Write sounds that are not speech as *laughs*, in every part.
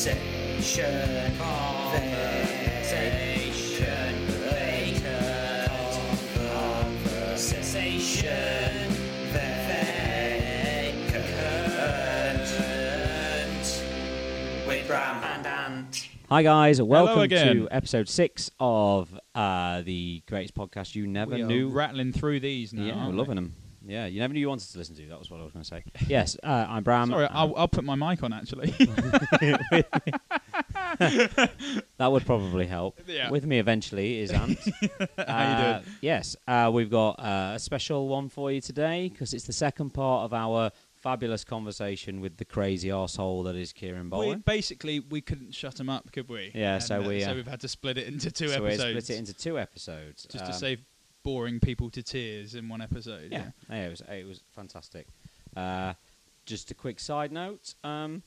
Conversation. Conversation. Conversation. Vacant. With Bram and Ant. Hi guys, welcome again. to episode six of uh, the greatest podcast you never we are knew. rattling through these now. yeah, aren't we're we? loving them. Yeah, you never knew you wanted to listen to. That was what I was going to say. *laughs* yes, uh, I'm Bram. Sorry, I'll, I'll put my mic on actually. *laughs* That would probably help. *laughs* Yeah. With me eventually is *laughs* Ant. How you Uh, yes, uh, we've got uh, a special one for you today because it's the second part of our fabulous conversation with the crazy arsehole that is Kieran we, Bowen. basically, we couldn't shut them up, could we? Um, Yeah, And, so we, uh, so we've had to split it into two so we episodes, split it into two episodes. just to Um, save boring people to tears in one episode. yeah, yeah, it was it was fantastic. Uh, just a quick side note: um,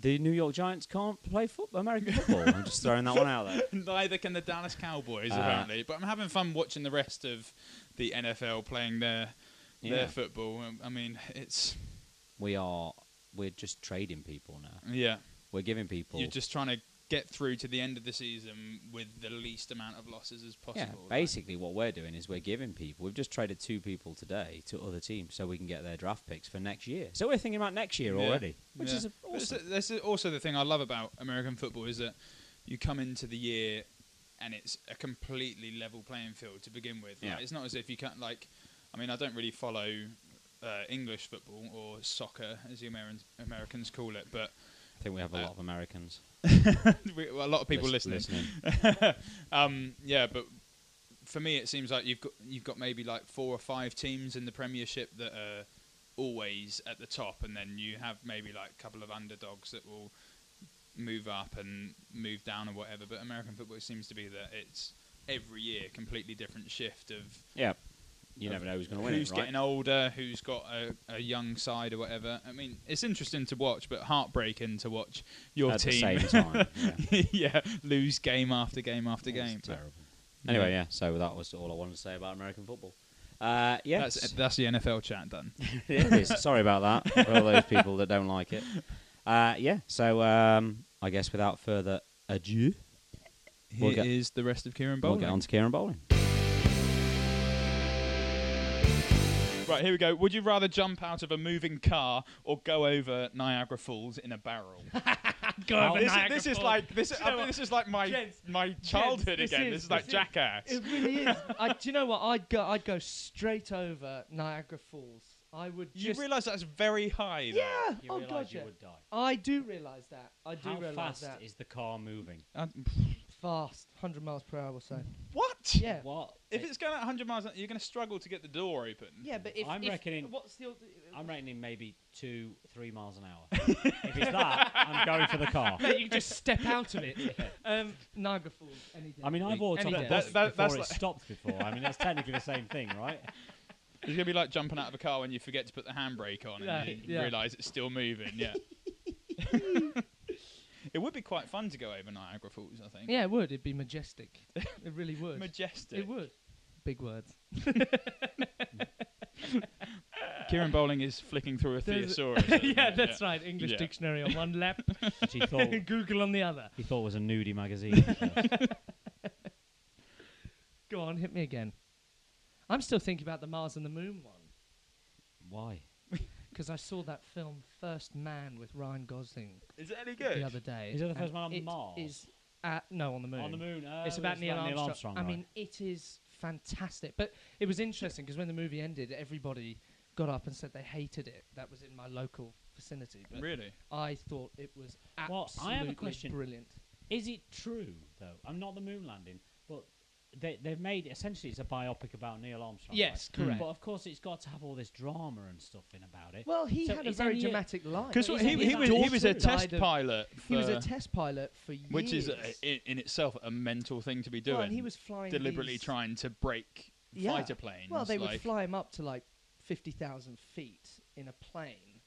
the New York Giants can't play football, American football. I'm just throwing that one out *laughs* there. *laughs* Neither can the Dallas Cowboys Uh, apparently, but I'm having fun watching the rest of the NFL playing their Yeah. their football. Um, I mean, it's We are we're just trading people now. yeah, We're giving people you're just trying to get through to the end of the season with the least amount of losses as possible. Yeah, like. basically what we're doing is we're giving people. We've just traded two people today to other teams so we can get their draft picks for next year. So we're thinking about next year Yeah. already, which Yeah. is But it's- awesome. That's also the thing I love about American football is that you come into the year and it's a completely level playing field to begin with. Like, Yeah. It's not as if you can't like. I mean, I don't really follow uh, English football or soccer as the Americans Americans call it, but *laughs* I think we have a uh, lot of Americans. we, well, a lot of people lis- listening. um, yeah, but for me, it seems like you've got you've got maybe like four or five teams in the Premiership that are always at the top, and then you have maybe like a couple of underdogs that will move up and move down or whatever. But American football it seems to be that it's every year completely different shift of Yeah, you never know who's going to win Uh, who's it, right? getting older, who's got a, a young side or whatever. I mean, it's interesting to watch, but heartbreaking to watch your At the team same time, yeah. *laughs* yeah, lose game after game after It's uh, game. terrible. Yeah. Anyway, yeah. So that was all I wanted to say about American football. Uh, yes, *laughs* That's that's the NFL chat *laughs* done. it is. Sorry about that for all those people that don't like it. Uh, yeah. So um, I guess without further ado, Here is We'll get- the rest of Kieran we'll Bowling. get on to Kieran Bowling. Right, here we go. Would you rather jump out of a moving car or go over Niagara Falls in a barrel? *laughs* Go over this, Niagara this is Falls. like this. Do you I know mean, what? this is like my Gents, my childhood this again. is- this is like this is- jackass. It really is. I, do you know what? I'd go. I'd go straight over Niagara Falls. I would. you just, realise that's very high. though. Yeah. oh God, yeah. die. I do realise that. I do realise that. the car moving? Uh, fast, hundred miles per hour or so. what? Yeah. What? If it's going at 100 miles, an hour, you're going to struggle to get the door open. Yeah, but if I'm if- reckoning- What's the? old- *laughs* reckoning maybe two, three miles an *laughs* hour. if it's that, I'm going for the car. Mate, you just step out *laughs* of it. Um, Niagara Falls, any day. I've walked Any off a day. bus That- that- before that's it like- stopped before. I mean, that's technically the same thing, right? It's going to be like jumping out of a car when you forget to put the handbrake on Yeah, and you yeah. realise it's still moving. *laughs* Yeah. it would be quite fun to go over Niagara Falls, I think. yeah, it would. It'd be majestic. *laughs* It really would. Majestic. it would. Big words. Kieran Bowling is flicking through a There's- thesaurus. at the *laughs* *laughs* yeah, moment, that's right. English Yeah. dictionary on one lap, Which he thought Google on the other. he thought was a nudie *laughs* magazine. Go on, hit me again. I'm still thinking about the Mars and the Moon one. Why? because I saw that film First Man with Ryan Gosling Is it any the good? other day. Is it the and First Man on it Mars? Is at, no, on the moon. On the moon. uh, It's about Neil Armstrong. I right. mean, it is fantastic. But it was interesting because when the movie ended, everybody got up and said they hated it. That was in my local vicinity. But Really? I thought it was Well, absolutely I have a question. brilliant. is it true though? I'm not the moon landing, but they they've made essentially it's a biopic about Neil Armstrong. right? Yes, correct. But of course, it's got to have all this drama and stuff in about it. Well, he So had a is very any- dramatic life. Because Well, he, he's he, a- he's a was, he was a daughter. test Died of- pilot. he was a for- test pilot for years. Which is uh, in, in itself a mental thing to be doing. Well, and he was flying deliberately these- trying to break Yeah. fighter planes. Well, they would like- fly him up to like 50,000 feet in a plane,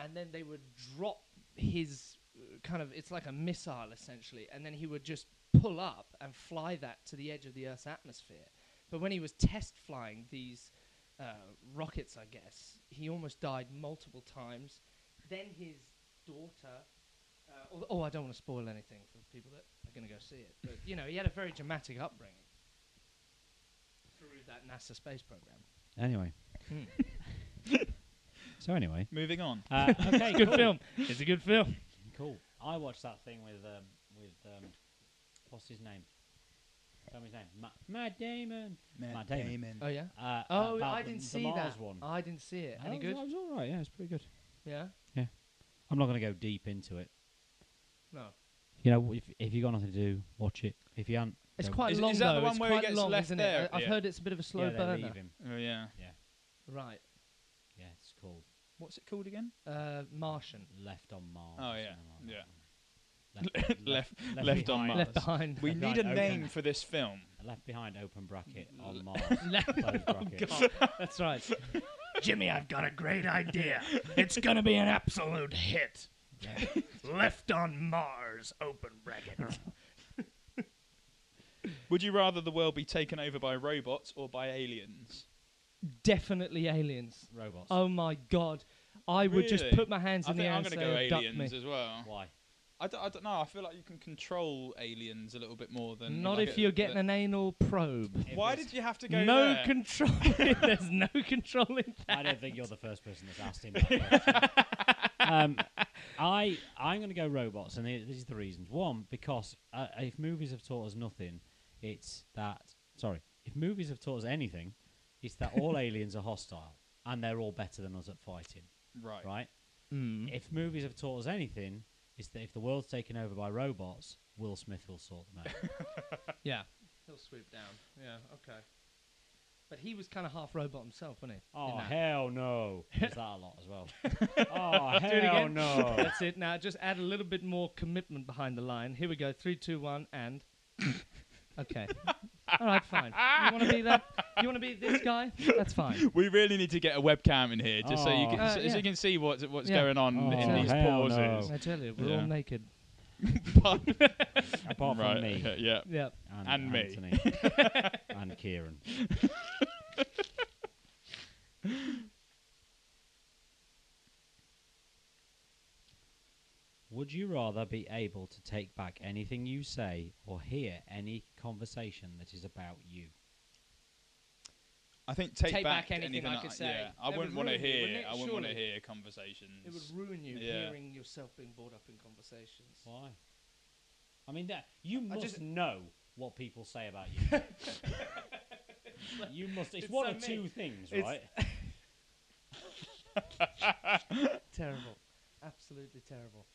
and then they would drop his uh, kind of, it's like a missile essentially, and then he would just pull up and fly that to the edge of the Earth's atmosphere. But when he was test flying these uh, rockets, I guess, he almost died multiple times. Then his daughter. Uh, although, oh, I don't want to spoil anything for the people that are going to go see it. But you know, he had a very dramatic upbringing through that NASA *laughs* space program. Anyway. Hmm. *laughs* so anyway. Moving on. Uh, okay, *laughs* Good cool. film. It's a good film. Cool. I watched that thing with um, with um, what's his name? Tell me his name. Matt, Matt Damon. Matt Damon. Oh yeah. Uh, Oh, about I the- didn't the see Mars that. One. Oh, I didn't see it. That Any was- good? That was all right. Yeah, it's pretty good. Yeah. I'm not going to go deep into it. No. You know, if if you got nothing to do, watch it. If you haven't, It's don't. quite Is- long is that the though. one it's where he quite gets long, left isn't there It? at I- I've the heard it's a bit of a slow yeah, they burner. leave him. Oh yeah. Right. Yeah, it's called What's it called again? Uh, Martian. Left on Mars. Oh, or yeah, something like yeah. that. Left, left, *laughs* Left on behind. Mars. Left behind. We Right, need a open. name for this film. Left behind. Open bracket Le- *laughs* on Mars. Left- Close Oh, bracket. *laughs* God. That's right. Jimmy, I've got a great idea. It's gonna be an absolute hit. *laughs* Left on Mars, open bracket. Would you rather the world be taken over by robots or by aliens? *laughs* Definitely aliens. Robots. Oh my god. I would just Really? put my hands I in think the air I'm and going say, to go "Abduct aliens me. as well. Why? I don't, I don't know. I feel like you can control aliens a little bit more than Not like if a- you're getting the- an anal probe. Why did you have *laughs* to go No there? control. *laughs* There's no control in *laughs* that. I don't think you're the first person that's asked him *laughs* that question. um, I, I'm going to go robots, and th- this is the reasons. One, because uh, if movies have taught us nothing, it's that. Sorry. If movies have taught us anything, it's that *laughs* all aliens are hostile and they're all better than us at fighting, right. right? If movies have taught us anything, it's that if the world's taken over by robots, Will Smith will sort them out. Yeah. He'll swoop down. Yeah, okay. But he was kind of half robot himself, wasn't he? *laughs* oh, In that. hell no. Is that a lot as *laughs* well? oh, Do it hell again. no. *laughs* That's it. Now just add a little bit more commitment behind the line. Here we go. Three, two, one, and. *laughs* okay. All right, fine. You want to be that? You want to be this guy? That's fine. We really need to get a webcam in here just so you Oh. can Uh, so, so yeah. you can see what's what's Yeah. going on Oh, in these hell no. pauses. I tell you, we're Yeah. all naked. *laughs* Apart from right. me. okay, yeah. Yeah. and, And me. Anthony. *laughs* and Kieran. *laughs* Would you rather be able to take back anything you say or hear any conversation that is about you? I think take, Take back anything I yeah. could say. I It would wouldn't want to ruin you, hear. wouldn't it? I wouldn't want to Surely. hear conversations. It would ruin you Yeah. hearing yourself being brought up in conversations. Why? I mean, that you I must just- know what people say about you. you must. It's, it's one so of me. two things, It's- *laughs* right? Terrible. Absolutely *laughs* terrible.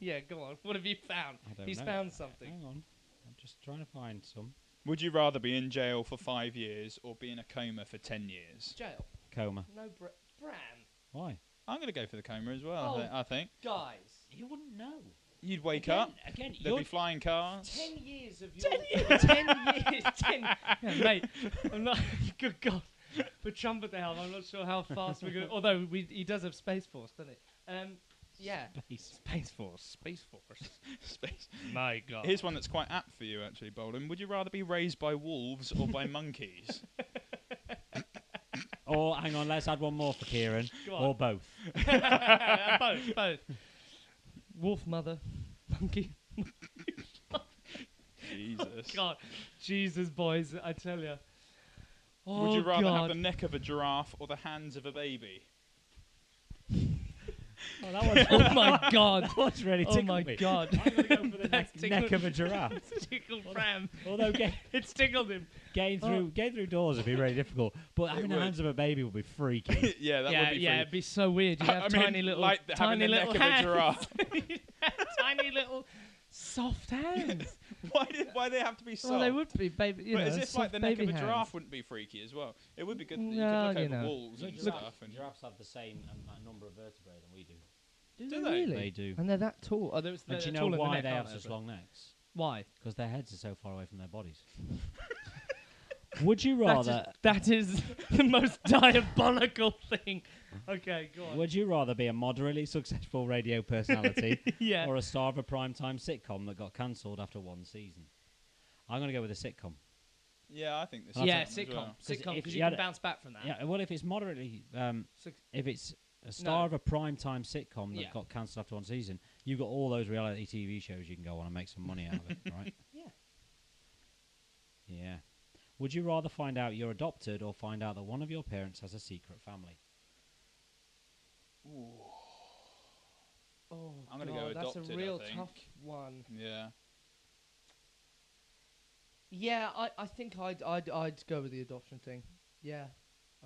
yeah, go on. What have you found? I don't He's know. found something. Hang on, I'm just trying to find some Would you rather be in jail for five years or be in a coma for ten years? Jail. coma. No, br- Bran. Why? I'm going to go for the coma as well. Oh. I, thi- I think Guys. You wouldn't know. you'd wake again, up. Again, There'd you're be flying cars. Ten years of your *laughs* ten years, *laughs* ten Yeah, mate. I'm not. *laughs* Good God, with Trump at the helm, I'm not sure how fast we're going. to... Although we, he does have Space Force, doesn't he? Um, yeah. Space. Force, Space *laughs* Force. *laughs* Space. My God. Here's one that's quite apt for you, actually, Bolin. Would you rather be raised by wolves or *laughs* by monkeys? Or oh, hang on, let's add one more for Kieran. Go on. or both. both, both. Wolf mother, monkey. Jesus. God, Jesus, boys, I tell you. Oh, Would you rather God. have the neck of a giraffe or the hands of a baby? *laughs* Oh, that one's, *laughs* Oh my *laughs* God. that *laughs* one's really Oh tickled my me. God. I'm gonna go for the neck, That's neck tickled- of a giraffe. *laughs* It's tickled Bram. Although get, It's tickled him. getting through getting through doors would be really difficult, but having the would. hands of a baby Oh. would be *laughs* freaky. yeah, that yeah, would be yeah, pretty- it'd be so weird. You'd *laughs* have I mean, tiny little, like the- tiny having the little neck hands, of a giraffe. *laughs* *laughs* tiny little soft *laughs* hands. why did why they have to be soft? *laughs* Well, they would be baby. You but know, as if soft like the neck of baby a hands. giraffe wouldn't be freaky as well. It would be good that you No, could you look over know. walls and Look- stuff. And Giraffes have the same um, uh, number of vertebrae than we do. Do, Do they they? really? They do. And they're that tall. Oh, they're, And they're do you tall know in the why neck, they aren't have they? such long necks? Why? Because their heads are so far away from their *laughs* bodies. would you That is, rather that is *laughs* the most diabolical thing. Okay, go *laughs* on. Would you rather be a moderately successful radio personality *laughs* Yeah. or a star of a primetime sitcom that got cancelled after one season? I'm going to go with a sitcom. Yeah, I think this. I'll is yeah, one as sitcom, well. sitcom, if because you you, had can a- bounce back from that. Yeah, well, if it's moderately, um, Six- if it's a star No. of a primetime sitcom that Yeah. got cancelled after one season, you've got all those reality TV shows you can go on and make some money out of *laughs* it, right? Yeah. Yeah. Would you rather find out you're adopted or find out that one of your parents has a secret family? Oh, I'm gonna God, go that's adopted, I a real think. tough one. Yeah. Yeah, I, I think I'd, I'd I'd go with the adoption thing. Yeah,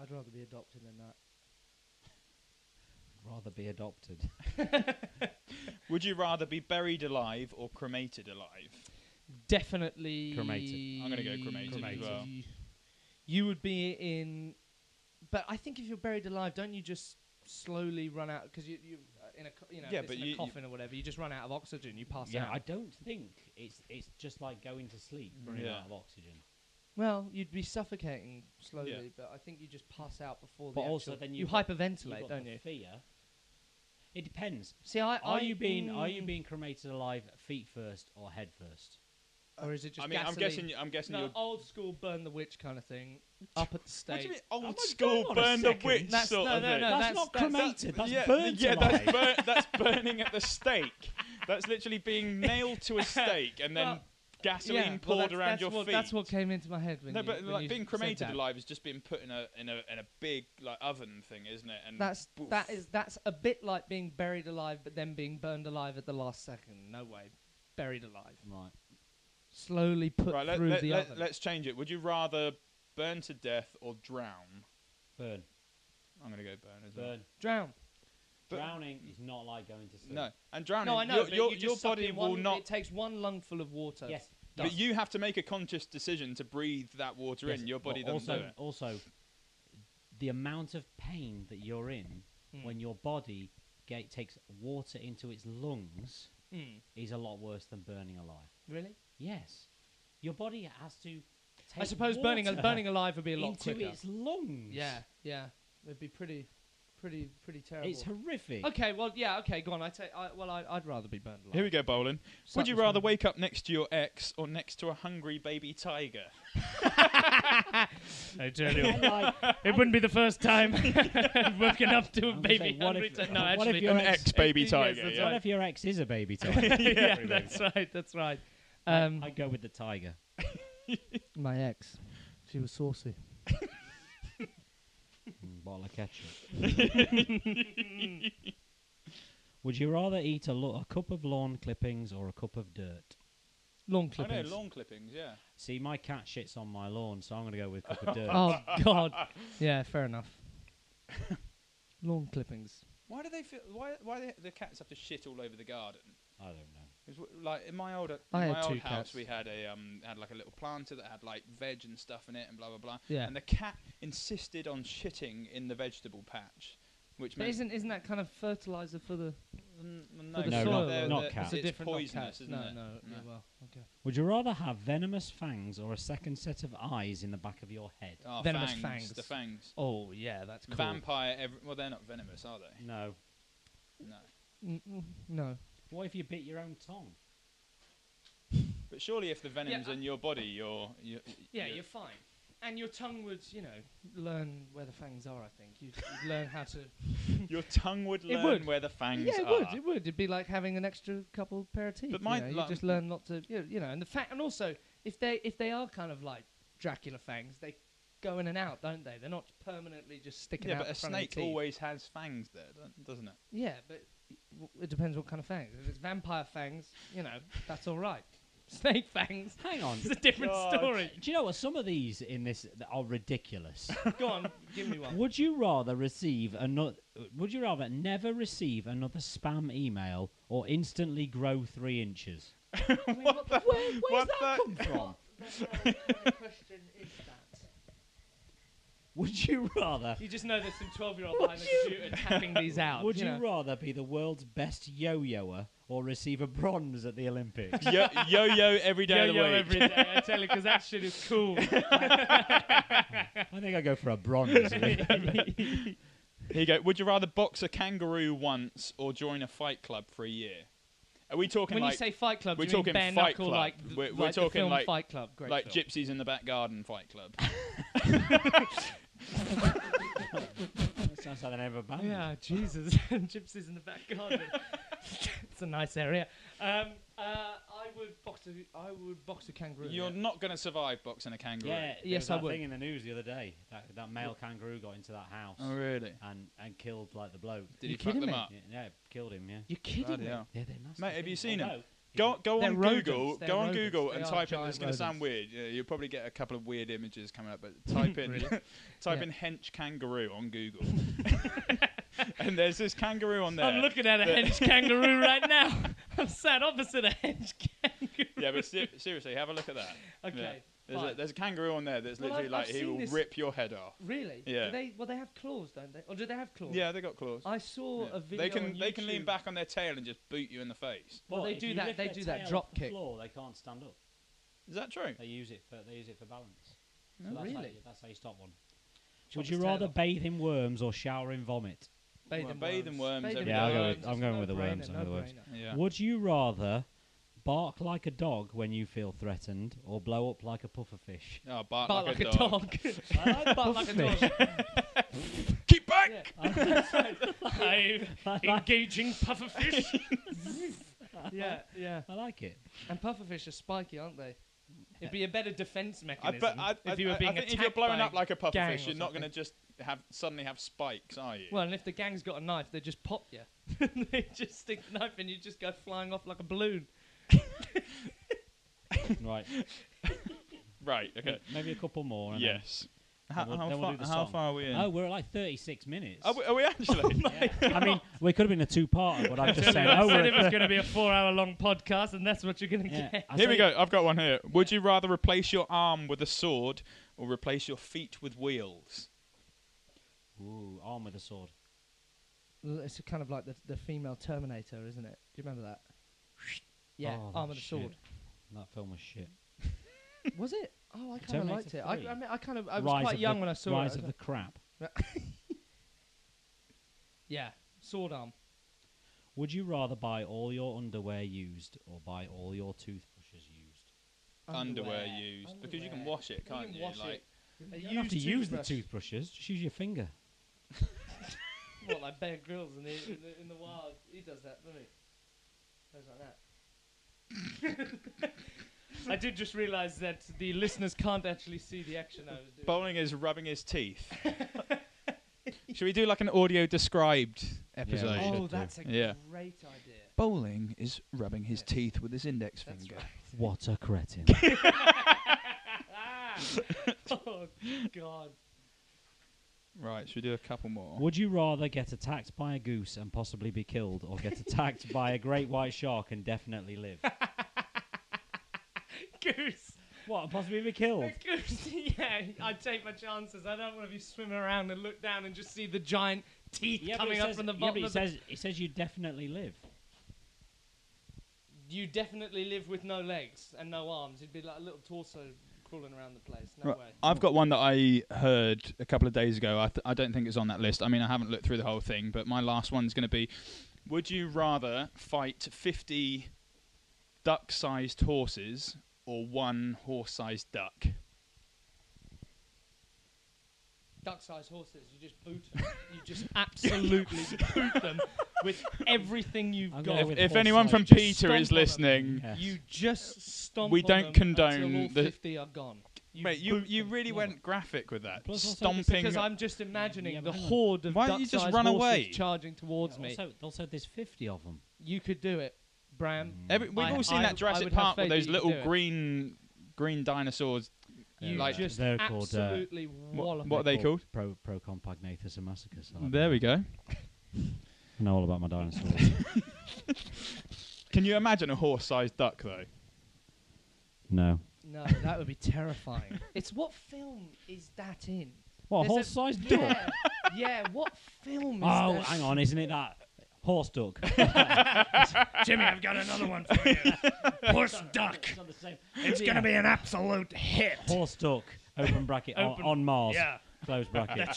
I'd rather be adopted than that. Rather be adopted. *laughs* Would you rather be buried alive or cremated alive? Definitely Cremated. I'm gonna go cremated as Cremated. well. You would be in, but I think if you're buried alive, don't you just slowly run out because you you uh, in a co- you know Yeah, if it's but in you- a you- coffin or whatever you just run out of oxygen, you pass yeah, out. I don't think it's it's just like uh, going to sleep, running Yeah. out of oxygen. Well, you'd be suffocating slowly, but I think you just pass out before. But the also actual- then you you've got- hyperventilate, You've got don't the you? Fear. It depends. See, I, Are I- you being are you mm, being cremated alive feet first or head first? or is it just? I mean, I'm gasoline? guessing. I'm guessing No, you're. old school burn the witch kind of thing. Up at the What do you stake. mean, old my school God, on a burn the second. witch That's- sort no, of no, thing? no, that's, that's- not that's- cremated. That's, yeah, burnt yeah, alive. that's, bur- *laughs* that's burning at the stake. That's literally being nailed to a stake and then Well, gasoline well, poured that's- around that's your what, feet. That's what came into my head when no, you, but when like you being said cremated that. alive is just being put in a in a in a big like oven thing, isn't it? And That's poof. that is that's a bit like being buried alive, but then being burned alive at the last second. No way, buried alive, *laughs* Right. slowly put right. Let, through let, the let, oven. us change it. Would you rather burn to death or drown? Burn. I'm gonna go burn as well. Burn. Drown. But- Drowning is not like going to sleep. No, and drowning. No, I know. Your, but your, you just your suck body in will one- not It takes one lungful of water. Yes. But you have to make a conscious decision to breathe that water yes, in. Your but body doesn't also, do it. Also, the amount of pain that you're in when your body ga- takes water into its lungs Mm. is a lot worse than burning alive. Really? Yes. Your body has to. Take I suppose burning water burning alive would be a lot into quicker. its lungs. Yeah, yeah. It'd be pretty, pretty, pretty terrible. It's horrific. Okay, well, yeah, okay, go on. I take. I, well, I, I'd rather be burned alive. Here we go, bowling. Would Something's you rather wrong. wake up next to your ex or next to a hungry baby tiger? I tell you, And like, *laughs* it wouldldn't be the first time *laughs* working up to a I'm gonna say, baby what hungry. if- to- no, what if actually, your an ex- baby yes, that's What if your ex is a baby tiger? *laughs* ex- yeah, that's right. That's right. Um, I go with the tiger. My ex, she was saucy. Mm, Bottle of ketchup. Would you rather eat a, lo- a cup of lawn clippings or a cup of dirt? Long I know clippings. *laughs* lawn clippings. Yeah. See, my cat shits on my lawn, so I'm going to go with cup of dirt. *laughs* Oh God. yeah, fair enough. *laughs* Long clippings. Why do they feel? Why? Why do the cats have to shit all over the garden? I don't know. 'Cause w- Like in my old, uh, in I had my old two house, cats. we had a um, had like a little planter that had like veg and stuff in it, and blah blah blah. Yeah. And the cat insisted on shitting in the vegetable patch, which But meant isn't isn't that kind of fertilizer for the? Mm, for the it's soil. they're- Not they're- cat. It's, It's a different not poisonous, cat. isn't no, it? No, yeah, No. well, okay. Would you rather have venomous fangs or a second set of eyes in the back of your head? Oh, Venomous fangs, fangs. The fangs. Oh yeah, that's cool. Vampire. Every, well, they're not venomous, are they? No. No. Mm, mm, no. What if you bit your own tongue? But surely, if the venom's I- in your body, you're. you're Yeah, you're fine. And your tongue would, you know, learn where the fangs are. I think you'd, you'd learn how to. your tongue would It learn would. where the *laughs* fangs Yeah, it are. would. It would. It'd be like having an extra couple pair of teeth. But you mine- know, you like- just learn not to, you know, you know, and the fact, and also if they if they are kind of like Dracula fangs, they go in and out, don't they? They're not permanently just sticking Yeah, but out. the a front of the snake teeth. always has fangs there, don't- doesn't it? Yeah, but w- it depends what kind of fangs. If it's vampire fangs, you know, that's all right. *laughs* Snake fangs, *laughs* Hang on. *laughs* it's a different God. story. Do you know what? Some of these in this are ridiculous. Go on, give *laughs* me one. Would you rather receive another? Would you rather never receive another spam email or instantly grow three inches? what the? Where, where's What that the- come from? *laughs* question is that? Would you *laughs* rather? You just know there's some 12 year old Would behind the you- computer tapping these out. Would you know. rather be the world's best yo-yoer or receive a bronze at the Olympics? *laughs* Yo- yo-yo every day yo-yo of the week. every day. I tell you, because that shit is cool. I think I go for a bronze. Here you go. Would you rather box a kangaroo once or join a fight club for a year? Are we talking When like you say Fight Club, we're do you talking mean bare Fight knuckle Club. like th- We're- we're like the talking film like- Fight Club? Great like film. gypsies in the back garden fight *laughs* club? *laughs* That sounds like the name of a band. Yeah, *laughs* Jesus. *laughs* Gypsies in the back garden. it's a nice area. Um, uh, I would box a, I would box a kangaroo. You're yeah. not going to survive boxing a kangaroo. Yeah, there Yes, was I that would. thing in the news the other day that, that male kangaroo got into that house Oh really? and, and killed like the bloke. Did he You fuck kidding them me? up? Yeah, yeah, killed him. Yeah. You're kidding Bloody me. hell. Yeah, they're nasty. Mate, have you things. seen 'em? Although, Go go They're on rodents. Google, They're go on rodents. Google They and are type in. giant It's going to sound weird. rodents. Yeah, you'll probably get a couple of weird images coming *laughs* up, but type in *laughs* type Yeah. in hench kangaroo on Google, *laughs* *laughs* and there's this kangaroo on there. I'm looking at a hedge kangaroo right now. *laughs* I'm sat opposite a hedge kangaroo. yeah, but se- seriously, have a look at that. Okay. There's a, fine. there's a kangaroo on there that's Well, literally I've- like I've he seen will this- rip your head off. Really? Do Yeah. They, well, they have claws, don't they? Or do they have claws? Yeah, they got claws. I saw Yeah. a video. They can on they can lean YouTube. back on their tail and just boot you in the face. Well, they if do you that- lift they their do that tail off drop the kick. Floor, they can't stand up. Is that true? They use it for they use it for balance. So Oh, that's How really? you, that's how you stop one. Chop Would his you tail rather off. bathe in worms or shower in vomit? Well, bathe in worms Bathe in every Yeah, I'll go worms. with- I'm It's going no with the brainer, worms, I'm no with the worms. brainer. Yeah. Would you rather bark like a dog when you feel threatened or blow up like a puffer fish? Oh, bark, Bark like, like a dog. I like bark Like a dog. Keep back. Yeah. *laughs* I'm engaging pufferfish. yeah, yeah. I like *laughs* it. And pufferfish are spiky, aren't they? It'd be a better defense I mechanism bet I, I, if you were I being think attacked if you're blowing by up like a gang pufferfish, or you're not something. going to just have suddenly have spikes, are you? Well, and if the gang's got a knife, they just pop you. *laughs* they just stick the knife in, you just go flying off like a balloon. *laughs* Right. right. Okay. Maybe a couple more. And then- Yes. How, we'll- how then we'll far, do the how song. far are we in? Oh, we're at like 36 minutes. are, we, *laughs* are we Oh, actually? I mean, we could have been a two-parter, *laughs* but I'm just saying. I Oh, said we're it at was going to be a four-hour-long podcast, and that's what you're going to thir- *laughs* yeah, get. I here we say- go. I've got one here. Would you rather replace your arm with a sword or replace your feet with wheels? Ooh, arm with a sword. L- It's kind of like the, the female Terminator, isn't it? Do you remember that? Yeah, Oh, arm that of the shit. sword. That film was shit. Was it? Oh, I kind of liked it. Terminator I, I, 3. mean, I kind of I was Rise quite of young the- when I saw Rise it. of the Crap. yeah, sword arm. Would you rather buy all your underwear used or buy all your toothbrushes used? Underwear, used because you can Underwear. wash it, You can't can you? wash like, it. A You don't have to used use the toothbrush. toothbrushes. Just use your finger. *laughs* what, like Bear Grylls in the, in the in the wild? He does that, doesn't he? Goes like that. *laughs* I did just realise that the listeners can't actually see the action I was doing. Bowling is rubbing his *laughs* teeth. Should we do like an audio described episode? we should. oh, do. that's a Yeah. great idea. Bowling is rubbing his Yeah. teeth with his index That's finger. *laughs* What a cretin. *laughs* Oh God! Right, should we do a couple more? *laughs* Would you rather get attacked by a goose and possibly be killed or get *laughs* attacked by a great white shark and definitely live? Goose, what, and possibly be killed? goose. *laughs* Yeah, I take my chances. I don't want to be swimming around and look down and just see the giant teeth Yeah, but coming it up says- from the yeah, but bottom. it of the says, it says you definitely live. you definitely live with no legs and no arms. You'd be like a little torso crawling around the place. No Right, way. I've got one that I heard a couple of days ago. I, th- I don't think it's on that list. I mean, I haven't looked through the whole thing, but my last one's going to be Would you rather fight 50 duck sized horses or one horse sized duck? Duck-sized horses, you just boot them. you just *laughs* absolutely boot them with everything you've I'm got. gonna- If, with if horse anyone size, from you just Peter is stomp on 'em. listening, Yeah. You just stomp. We on don't them condone until all the- fifty are gone. You mate, you, boot you them. really Yeah. went graphic with that. Plus also it's Stomping. Because I'm just imagining Yeah, the but hang on. horde of Why don't you just duck-sized run horses away? charging towards me. Also, also, there's 50 of them. You could do it, Bram. Every, we've I- all seen I- I that Jurassic would have Park with faith that those you could little do it. green green dinosaurs. You like- just They're called, uh, absolutely wallop. what are it. they called? Pro, pro compagnatus and massacres. There we go. I know all about my dinosaurs. *laughs* Can you imagine a horse-sized duck though? no. No, that would be terrifying. *laughs* it's what film is that in? What, There's a- horse sized *laughs* duck? Yeah, yeah. What film is Oh, that? hang on, isn't it that? Horse *laughs* duck. Jimmy, I've got another one for *laughs* you. Horse duck. It's not the same. It's going to be an absolute hit. Horse duck, open bracket, on, Open- on Mars. Yeah. Close bracket.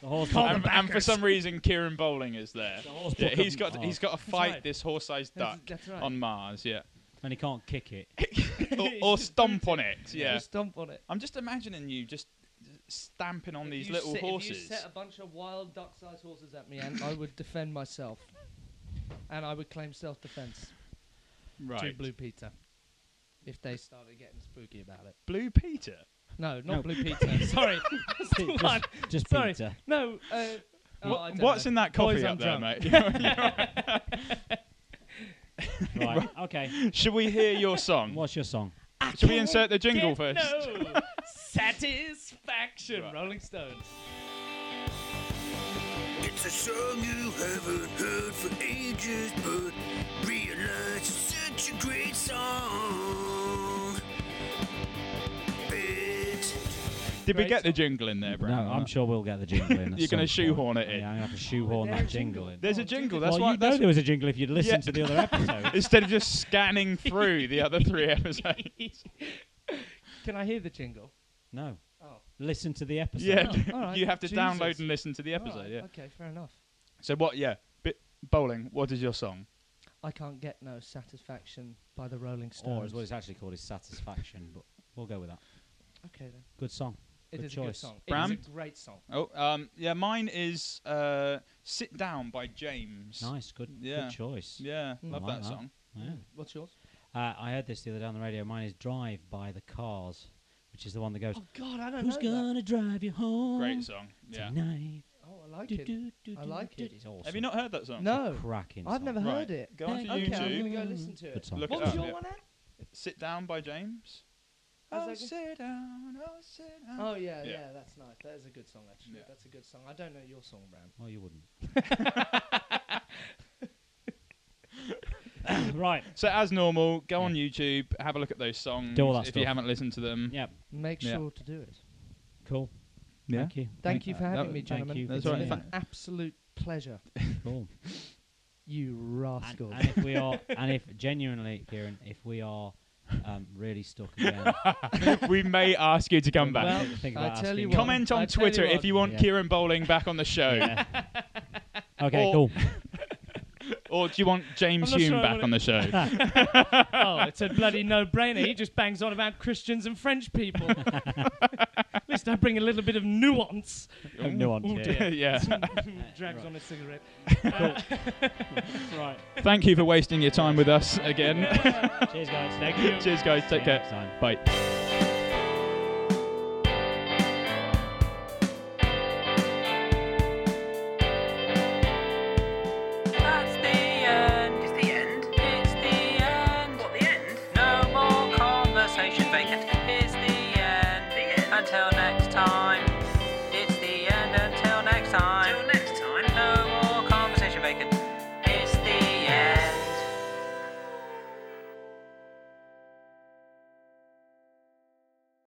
the horse Oh, Call them the and, and for backers. *laughs* some reason, Kieran Bowling is there. The horse Yeah, book he's of- got oh. he's got to fight right. this horse-sized That's- duck that's right. on Mars. *laughs* Yeah, and he can't kick it. or, or stomp on it. Yeah, Just stomp on it. I'm just imagining you just stamping on If these you little set- If you horses. set a bunch of wild duck-sized horses at me, and I would defend myself, and I would claim self-defense to right, Blue Peter if they started getting spooky about it. Blue Peter. No, not No. *laughs* Blue Peter. Sorry, *laughs* That's the Just- one. Just Sorry. Peter. No. Uh, oh, What- I don't what's know. in that Boys, coffee up I'm there, drunk. Right. okay. *laughs* mate? *laughs* Should we hear your song? What's your song? Should we insert the jingle Get first? *laughs* No satisfaction. Right. Rolling Stones. It's a song you haven't heard for ages, but realize it's such a great song. It's Did we Great get the song. jingle in there, Brad? no, I'm sure we'll get the jingle *laughs* in. at You're gonna some point. shoehorn it in. Yeah, I'm gonna have to shoehorn There's that a jingle jingle. in. There's a Oh, jingle. did- That's well, why. you know that's- there was a jingle if you'd listened to the other episode. *laughs* instead of just *laughs* scanning through the other three episodes. Can I hear the jingle? no, Oh, listen to the episode. Yeah, all right. you have to download Jesus. and listen to the episode. alright, Yeah. Oh, Okay, fair enough. So what? Yeah, bit bowling. What is your song? I can't get no satisfaction by the Rolling Stones. Or as what it's actually called is Satisfaction, but we'll go with that. okay then. Good song. It Good is a good choice. song. Bram? It is a great song. Oh, um, yeah, mine is uh, "Sit Down" by James. Nice, good, Yeah. good choice. Yeah, Mm. love I like that that. song. Yeah. What's yours? Uh, I heard this the other day on the radio. Mine is "Drive" by the Cars, which is the one that goes, Oh God, I don't "Who's know gonna drive you home Great song. Yeah. tonight?" that. Oh, I like Do, it. do, do, I do, like do. it. It's awesome. Have you not heard that song? No, Cracking. I've song. never Right. heard it. Go onto okay, I'm YouTube. gonna go listen to Good it. song. Look What it was up, your yeah. one at? "Sit Down" by James. How's Oh, that go? sit down. Oh, sit down. Oh yeah, Yeah. yeah, that's nice. That is a good song actually. Yeah. That's a good song. I don't know your song, Bram. Oh, you wouldn't. *laughs* right. So as normal, go on YouTube, have a look at those songs Do all that if you stuff. haven't listened to them. Yeah. Make Yeah. sure to do it. Cool. Yeah. Thank you. Thank you for having that- me, thank gentlemen. you for It's That's been right. an absolute pleasure. Cool. You And, rascal. and if we are, and if genuinely, Kieran, if we are um, really stuck again, we may ask you to come *laughs* back. Well, think I about tell you asking. *laughs* what. Comment on I tell you Twitter what. if you want Yeah. Kieran Bowling back on the show, yeah. okay, Or- cool. or do you want James I'm not Hume sure I back wanna- on the show? *laughs* oh, it's a bloody no-brainer. He just bangs on about Christians and French *laughs* people. At least I bring a little bit of *laughs* nuance. *laughs* *laughs* nuance. Oh, *laughs* yeah. dear. yeah. Drags on a cigarette. Right. Thank you for wasting your time with us again. Cheers, guys. *laughs* Cheers, guys. Take care. Next time. Bye.